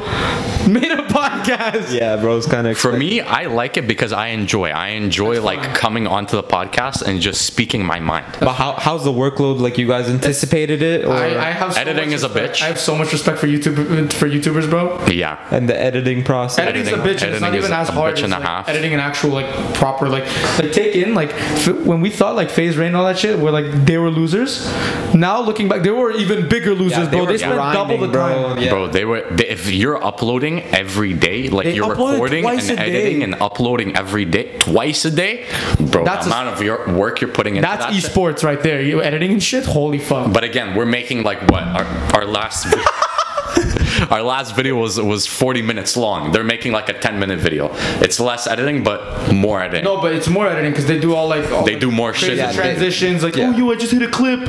made a podcast.
Yeah, bro, it's kind of
For me, I like it because I enjoy. I enjoy like coming onto the podcast and just speaking my mind.
But how, how's the workload? Like you guys anticipated it, or
I, I have so
Editing
much
is a
respect-
bitch.
I have so much respect for YouTube for YouTubers, bro.
Yeah.
and the editing process?
Editing's a
Editing-
bitch. and it's not
editing is
even
a
as hard
bitch
as
and a
like,
half.
editing an actual like proper like like take in like f- when we thought like phase rain and all that shit we're like they were losers. Now looking back, they were even bigger losers,
they
bro.
were
They spent double
grinding,
the
bro.
time.
Yeah.
Bro, they were. They, if you're uploading every day, like
They
you're
uploaded
recording and
twice a day.
editing and uploading every day, twice a day, bro,
That's a-
the amount of your work you're putting in.
That's esports right there. You editing and shit. Holy fuck.
But again, we're making like what our, our last vi- [LAUGHS] our last video was was 40 minutes long. They're making like a 10 minute video. It's less editing, but more editing.
No, but it's more editing because they do all like all,
They
like,
do more
crazy
shit. than they do.
transitions. Like,
Yeah.
oh, you, I just hit a clip.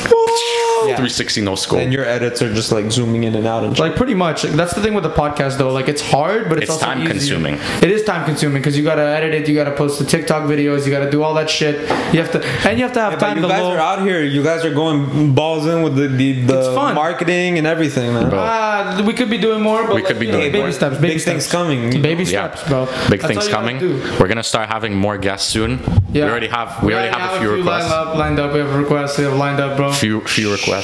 Yeah.
360 no scope.
And your edits are just like zooming in and out and
Like pretty much. Like, that's the thing with the podcast though. Like it's hard, but it's,
It's
also
time
easier.
consuming.
It is time consuming because you gotta edit it, you gotta post the TikTok videos, you gotta do all that shit. You have to, and you have to have
Yeah, but
time
you
to
guys are
load.
out here. You guys are going balls in with the the,
It's
the
fun.
marketing and everything, man.
Bro.
Ah, we could be doing more, but
We
like,
could be
you know,
doing
baby
more.
steps. Baby
Big
steps.
things coming.
Baby
Yeah.
steps, bro.
Big
That's all
things
you gotta
coming.
do.
We're gonna start having more guests soon.
Yeah.
We already have. We, already have, a few
lined
requests.
up, lined up. We have requests. We have lined up, bro.
Few few requests.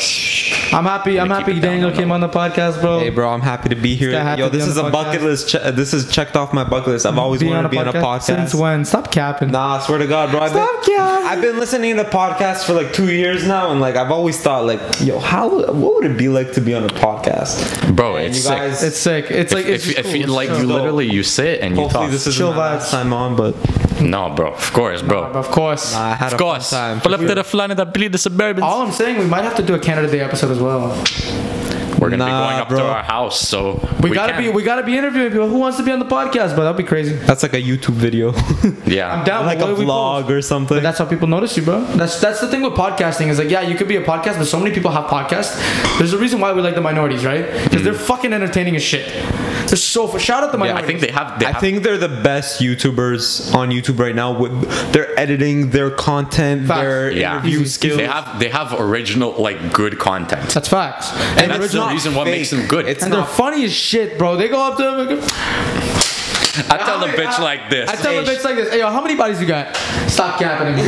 I'm happy. I'm
Gonna keep
happy
it down
Daniel
on that
came
one.
on the podcast, bro.
Hey, bro, I'm happy to be here.
Guy happy
Yo,
to be
this
on
is
the
a bucket
podcast.
list. Che- this is checked off my bucket list. I've always wanted to be on a podcast.
Since when? Stop capping.
Nah, I swear to God, bro. I've been,
Stop, yeah.
I've been listening to podcasts for like two years now, and like I've always thought, like, yo, how what would it be like to be on a podcast?
Bro,
And
it's
you
sick.
guys,
It's sick. It's like oh, it's
if,
just
if
cool.
you like,
So-
you literally you sit and you
hopefully
talk.
this is
Chill
my last
vibes.
time on, but
no, bro. Of course, bro.
Of course.
I had
Of
a
course.
fun time.
Pull up to the flan and the bleed the suburbans.
All I'm saying, we might have to do a Canada Day episode as well.
We're gonna
Nah,
be going up to
bro.
our house, so
We, gotta
can.
be, we gotta be interviewing people. Who wants to be on the podcast? But that'd be crazy.
That's like a YouTube video, [LAUGHS]
yeah.
I'm down.
like
but
a
what do we post?
vlog or something.
But that's how people notice you, bro. That's that's the thing with podcasting is like, yeah, you could be a podcast, but so many people have podcasts. There's a reason why we like the minorities, right? Because they're fucking entertaining as shit. They're so. F- shout out the
Hmm. Yeah,
minorities.
I think they have. They
I
have
think they're the best YouTubers on YouTube right now. With their editing, their content,
Facts.
their
yeah.
interview skills.
They have. They have original like good content.
that's facts.
And that's the reason what makes them good.
It's
And they're
not.
funny as shit, bro. They go up to them and go,
I tell
[LAUGHS] How
the
many-
bitch
I-
like this.
I tell the bitch like this. Hey, yo, how many bodies you got? Stop capping
[LAUGHS]
me.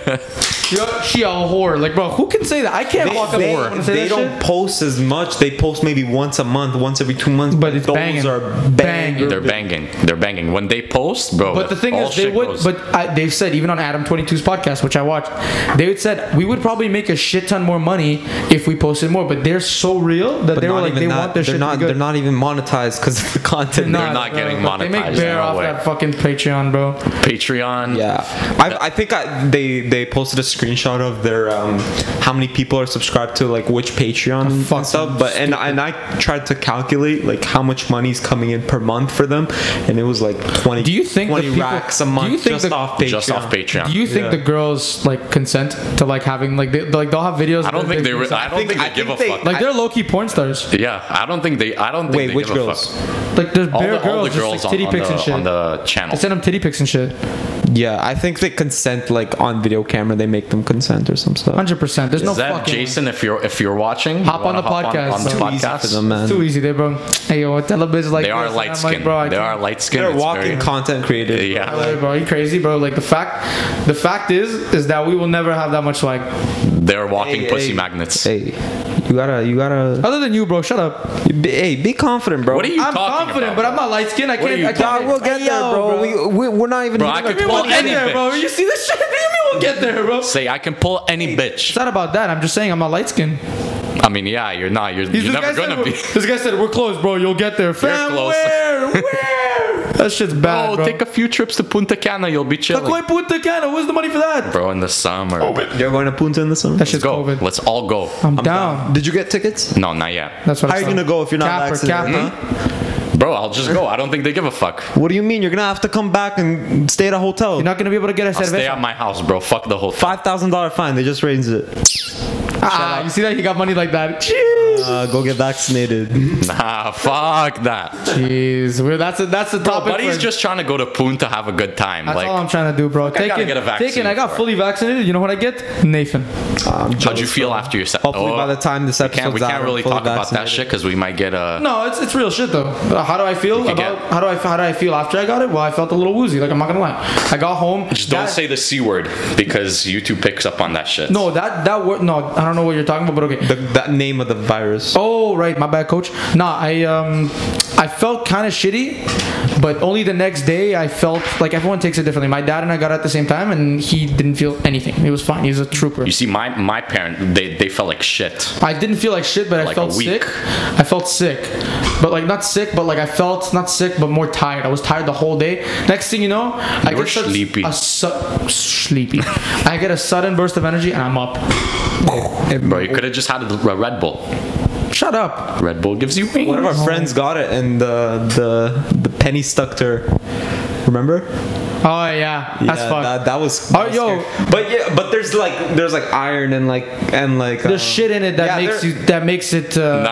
yo, she a whore. Like, bro, who can say that? I can't
They,
walk up to
they-
someone and say
they
that
don't
shit.
post as much. They post maybe once a month, once every two months.
But it's
those
banging.
are
Banging.
banging.
They're banging. They're banging. When they post, bro.
But the thing
all
is, they
shit
would.
goes.
But I, they've said even on Adam 22's podcast, which I watched, they would said we would probably make a shit ton more money if we posted more. But they're so real that they were like they want their
they're
shit
not.
to be good.
They're not even monetized because of the content.
They're not getting
They make
monetized,
bear
no
off
way.
that fucking Patreon, bro.
Patreon.
Yeah, I, I think I, they they posted a screenshot of their um, how many people are subscribed to like which Patreon
fucking
and stuff. But and and I tried to calculate like how much money is coming in per month for them, and it was like twenty.
Do you think the
20
people-
racks a
do you
month
think
just
the-
off Patreon?
Just off Patreon.
Do you think
Yeah.
the girls like consent to like having like they like they'll have videos?
I don't think they. Re- I don't
think-
think, they
I
give
think
a
they-
fuck.
like they're low key porn stars.
yeah, I don't think they. I don't think
Wait,
they
which
give
girls?
a fuck.
Like there's
All
bare
the,
girls,
all the
just
girls
like
on,
titty
on,
pics
the,
and shit.
on the
I
channel.
sent them titty pics and shit.
Yeah, I think they consent like on video camera. They make them consent or some stuff.
Hundred percent. There's no
Is that
fucking.
Jason? If you're if you're watching, you
Hop on
wanna
the podcast.
On, on the
Too
easy for
podcast.
them, man.
It's too easy there, bro. Hey, yo, Telebiz like
They are
this, and I'm
light skinned.
Like, bro, I
they are
can't-
light skinned.
They're walking content
[LAUGHS]
creators.
Yeah.
Like, bro, you crazy, bro? Like the fact, the fact is, is that we will never have that much swag.
They're walking
Hey,
pussy
hey.
magnets.
Hey, you gotta, you gotta.
Other than you, bro. Shut up.
Be, hey, be confident, bro.
What are you
I'm
talking
confident,
about?
but I'm not light skinned. I
What are
can't.
you
I can't.
talking-
Dog, we'll get
Hey,
there,
yo,
bro. We, we, we're not even.
Bro, I could
We
pull
will get
any
there, bro.
bitch.
You see this shit? What do you mean we'll get there, bro?
Say I can pull any bitch.
It's not about that. I'm just saying I'm not light skinned.
I mean, yeah, you're not. You're, you're never gonna be.
This guy said we're close, bro. You'll get there. Fam,
close.
where? Where? that shit's bad,
Oh,
bro.
take a few trips to Punta Cana. You'll be chilling,
Какой пунта Кана? Where's the money for that?
bro. In the summer.
You're going to Punta in the summer.
That
Let's
shit's
go.
Oh, COVID.
Let's all go.
I'm, down.
Did you get tickets?
No, not yet,
That's what
How
I
are you
saw.
gonna go if you're not
Capper,
vaccinated? Hmm?
Capper.
bro. I'll just go. I don't think they give a fuck.
What do you mean? You're gonna have to come back and stay at a hotel.
You're not gonna be able to get a
Stay at
cerveza.
my house, bro. Fuck the whole.
Five thousand dollar fine. They just raised it.
Ah, you see that? He got money like that.
Uh, go get vaccinated.
Nah, fuck that.
Jeez. Well, that's a, that's the topic.
Oh, Buddy's
for-
just trying to go to Punta have a good time.
That's
like,
all I'm trying to do, bro.
I gotta
Taken,
get a vaccine
taken. I got
for it.
fully vaccinated. You know what I get? Nathan.
how'd you feel after your set?
Hopefully, by the time this
we can't,
episode's
we
out,
can't
I'm
really
fully
talk about that
vaccinated.
shit because we might get a.
No, it's it's real shit though. Uh, How do I feel
could
about
get-
how do I how do I feel after I got it? Well, I felt a little woozy. Like I'm not gonna lie. I got home.
Just don't
that-
say the c word because YouTube picks up on that shit.
No, that that word. No, I don't know what you're talking about. But okay.
The, that name of the virus.
Oh right, my bad, coach. Nah, I um, I felt kind of shitty, but only the next day I felt like everyone takes it differently. My dad and I got out at the same time, and he didn't feel anything. It was fine. He's a trooper.
You see, my my parent they they felt like shit.
I didn't feel like shit, but I
Like a
felt
week.
sick. I felt sick, but like not sick, but like I felt not sick, but more tired. I was tired the whole day. Next thing you know, I
You were
get such-
sleepy.
A su- sleepy. I get a sudden burst of energy, and I'm up.
Bro, you could have just had a Red Bull.
Shut up.
Red Bull gives you wings.
One of our friends got it, and uh, the the the penny stuck to her. Remember?
Oh yeah, that's
yeah,
fucked.
That, that was.
Oh,
that was
yo.
scary. But yeah, but there's like there's like iron and like and like.
There's shit in it that
yeah,
makes
there-
you that makes it. Uh,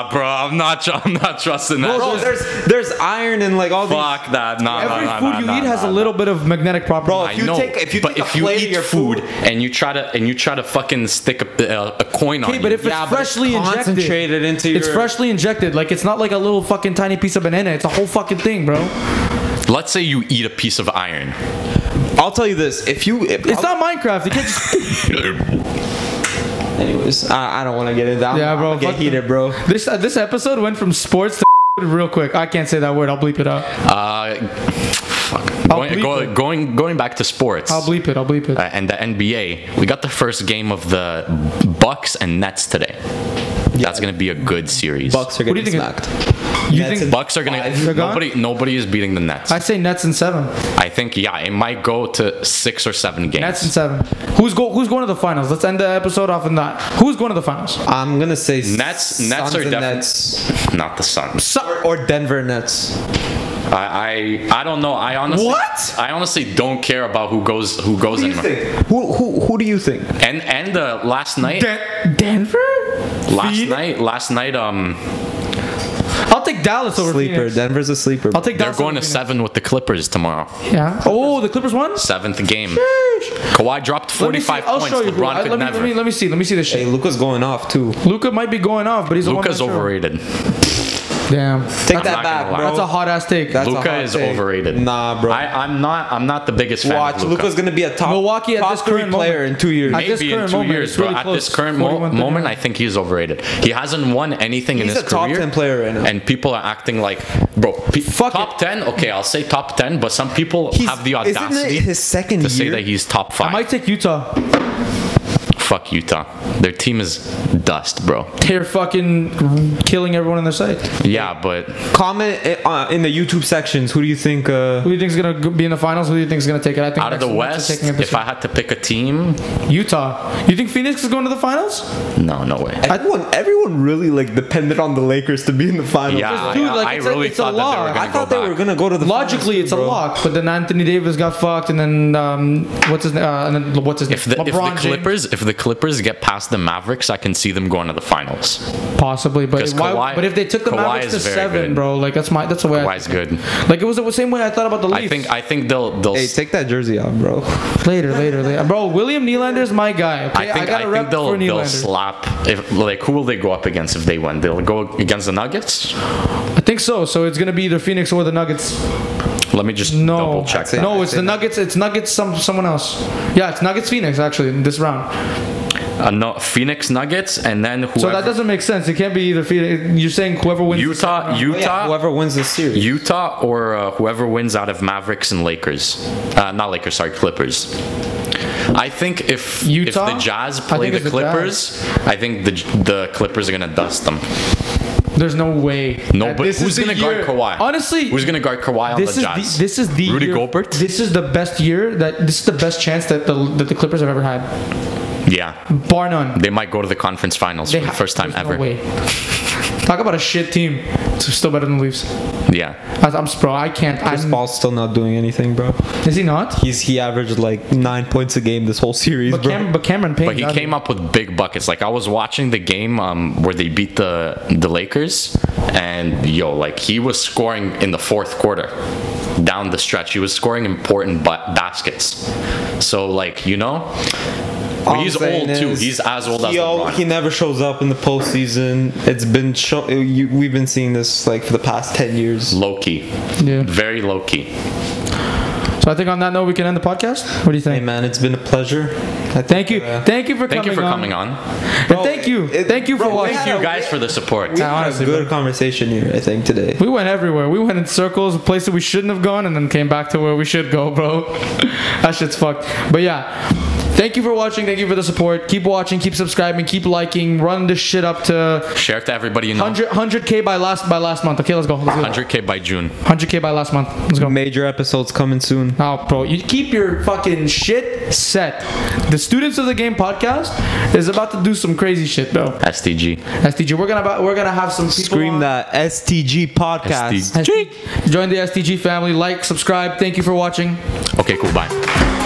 Nah, bro, I'm not. tr- I'm not trusting that.
Bro,
shit.
there's there's iron and like all these.
Fuck that. Nah, nah,
Every
nah,
food
nah,
you
nah,
eat has
nah,
a little bit of magnetic property.
I
if you
know,
take- if you
but
take a
if you
plate of
eat
your
food,
food-
and you try to and you try to fucking stick a, uh, a coin
Okay,
on
but
you,
if it's
Yeah, but it's
freshly injected,
concentrated into
it's
your-
freshly injected. Like it's not like a little fucking tiny piece of banana. It's a whole fucking thing, bro.
let's say you eat a piece of iron,
I'll tell you this: if you, if,
It's not Minecraft. You can't just,
Uh,
Anyways, I, I don't want to get into
[LAUGHS]
that.
Yeah, bro,
i get
fuck
heated, bro.
this uh, this episode went from sports to [LAUGHS] real quick. I can't say that word. I'll bleep it out.
uh, fuck,
I'll
going,
bleep
go,
it.
going going back to sports.
I'll bleep it. I'll bleep it.
uh, and the NBA, we got the first game of the Bucks and Nets today. That's gonna be a good series.
Bucks are
What do you
getting
think
smacked.
it- you
Nets
think?
and-
Bucks are gonna.
They're
gone?
Nobody, nobody is beating the Nets.
I say Nets in seven.
I think yeah, it might go to six or seven games.
Nets in seven. Who's go? Who's going to the finals? Let's end the episode off in that. Who's going to the finals?
I'm gonna say
Nets- Nets
Suns
are
and
defi-
Nets
Not the Suns.
or, or Denver Nets.
I, I I don't know. I honestly
What?
I honestly don't care about who goes who goes anymore.
Who who who do you think?
And and uh, last night,
Den- Denver.
last
Phoenix?
night, last night, um,
I'll take Dallas over
Sleeper.
Phoenix.
Denver's a sleeper.
I'll take
they're
Dallas.
going
over
to
Phoenix.
seven with the Clippers tomorrow.
Yeah. Oh, the Clippers won.
Seventh game.
Sheesh.
Kawhi dropped
Let me see.
45
I'll
points.
show you. who.
LeBron
I-
could
let, me,
never.
let me let me see. Let me see this
hey,
shit.
Luca's going off too.
Luca might be going off, but he's a
Luca's
one-man show.
overrated.
Damn.
Take
That's-
not
that
gonna
back,
lie.
bro.
That's a hot ass take.
That's a
Luca
hot
is
take.
overrated.
Nah, bro.
I, I'm not. I'm not the biggest fan.
Watch,
of Luka.
Luca's gonna be a top
Milwaukee at
top
this
three
current
player
moment.
in two years.
I- At this
Maybe in
current
two
moment,
years,
it's
bro.
really
At this
close.
current mo-
41-39.
moment, I think he's overrated. He hasn't won anything in
He's
his
a top
career.
10 player right now.
And people are acting like, bro, pe-
Fuck
top
it.
ten. Okay, I'll say top ten, but some people
He's-
have the
isn't it
audacity
his second
to say
year?
that he's top
I
five.
might take Utah.
Fuck Utah. Their team is dust, bro.
They're fucking killing everyone on their site.
Yeah, but
Comment i- uh, in the YouTube sections. Who do you think? Uh,
Who do you think is gonna go- be in the finals? Who do you think is gonna take it? I think
out of the
Nets- Nets are
West,
taking it this
if I had to pick a team,
year. Utah. You think Phoenix is going to the finals?
no, no way.
everyone, everyone really like depended on the Lakers to be in the finals.
Yeah,
dude,
yeah,
like,
I
it's a-
really
it's a
thought that they
lot.
were gonna
I thought
go
they
back.
were gonna go to the
Logically,
finals,
it's a
bro.
lock, but then Anthony Davis got fucked, and then um, what's his name? Uh, and then what's his name?
If the, if the
James.
Clippers, if the Clippers get past the Mavericks, I can see them going to the finals.
Possibly, but
'Cause
why,
Kawhi-
but if they took the
Kawhi
Mavericks to
is very
seven,
good.
bro, like that's my that's the way.
Kawhi's
I,
good.
Like it was the same way I thought about the Leafs.
I think I think they'll they'll.
Hey, take that jersey off, bro.
later, later, later, bro. William Nylander's my guy.
I
Okay, I,
think I,
got a
think
rep
they'll
for
they'll
Nylander.
slap if like who will they go up against if they win? They'll go against the Nuggets.
I think so. So it's gonna be either Phoenix or the Nuggets.
Let me just
No,
double check.
say-
that.
no, it's
say
the
that.
Nuggets. It's Nuggets. Some someone else. Yeah, it's Nuggets Phoenix actually in this round.
Uh, no, Phoenix Nuggets and then whoever,
So that doesn't make sense. It can't be either Phoenix. You're saying whoever wins.
Utah
Oh, yeah,
Utah
whoever wins the series.
Utah or uh, whoever wins out of Mavericks and Lakers, uh, not Lakers, sorry, Clippers. I think if
Utah?
if the Jazz
I
play
think
the
it's the
Clippers, I think the the Clippers are gonna dust them.
There's no way.
No,
that
but
this
who's
is the
gonna guard
year-
Kawhi?
Honestly,
who's gonna guard Kawhi on
this
the
is
Jazz?
the, this is the
Rudy
year-
Gobert.
This is the best year that this is the best chance that the that the Clippers have ever had,
yeah,
bar none.
they might go to the conference finals
They
for the
ha-
first time
there's
ever.
No way. Talk about a shit team. It's still better than the Leafs.
Yeah,
I- I'm bro. I can't.
Chris
I'm,
Paul's still not doing anything, bro.
is he not?
He's he averaged like nine points a game this whole series,
But,
bro.
Cam, but Cameron Payne.
But he came up with big buckets. Like I was watching the game um, where they beat the the Lakers, and yo, like he was scoring in the fourth quarter, down the stretch. He was scoring important ba- baskets. So like you know,
All I'm
he's
saying
old too.
is
He's as old as
he, al-
LeBron.
he never shows up in the postseason. It's been show- you, we've been seeing this like for the past ten years.
low key,
Yeah.
very low key.
So I think on that note we can end the podcast. What do you
Hey
think?
man, it's been a pleasure. I
Thank you.
think, uh,
Thank you for
Thank you
coming
for
on.
coming on.
And thank you.
it-
thank you for
bro, we
watching.
had
Thank you guys for the support.
we had
honestly,
a good
bro.
conversation here. I think today.
We went everywhere. We went in circles, places we shouldn't have gone, and then came back to where we should go, bro. [LAUGHS] that shit's fucked. But yeah, thank you for watching. Thank you for the support. Keep watching. Keep subscribing. Keep liking. Run this shit up to
Share it to everybody you know.
100 k by last by last month. Okay, let's go. Let's go.
100k by June.
100k by last month. Let's go.
Major episodes coming soon.
Now, bro, you keep your fucking shit set. The Students of the Game podcast is about to do some crazy shit, bro.
SDG.
STG, we're gonna about- we're gonna have some people
Scream
on.
that STG podcast.
SDG.
Join the STG family. Like, subscribe. Thank you for watching.
Okay, cool. Bye.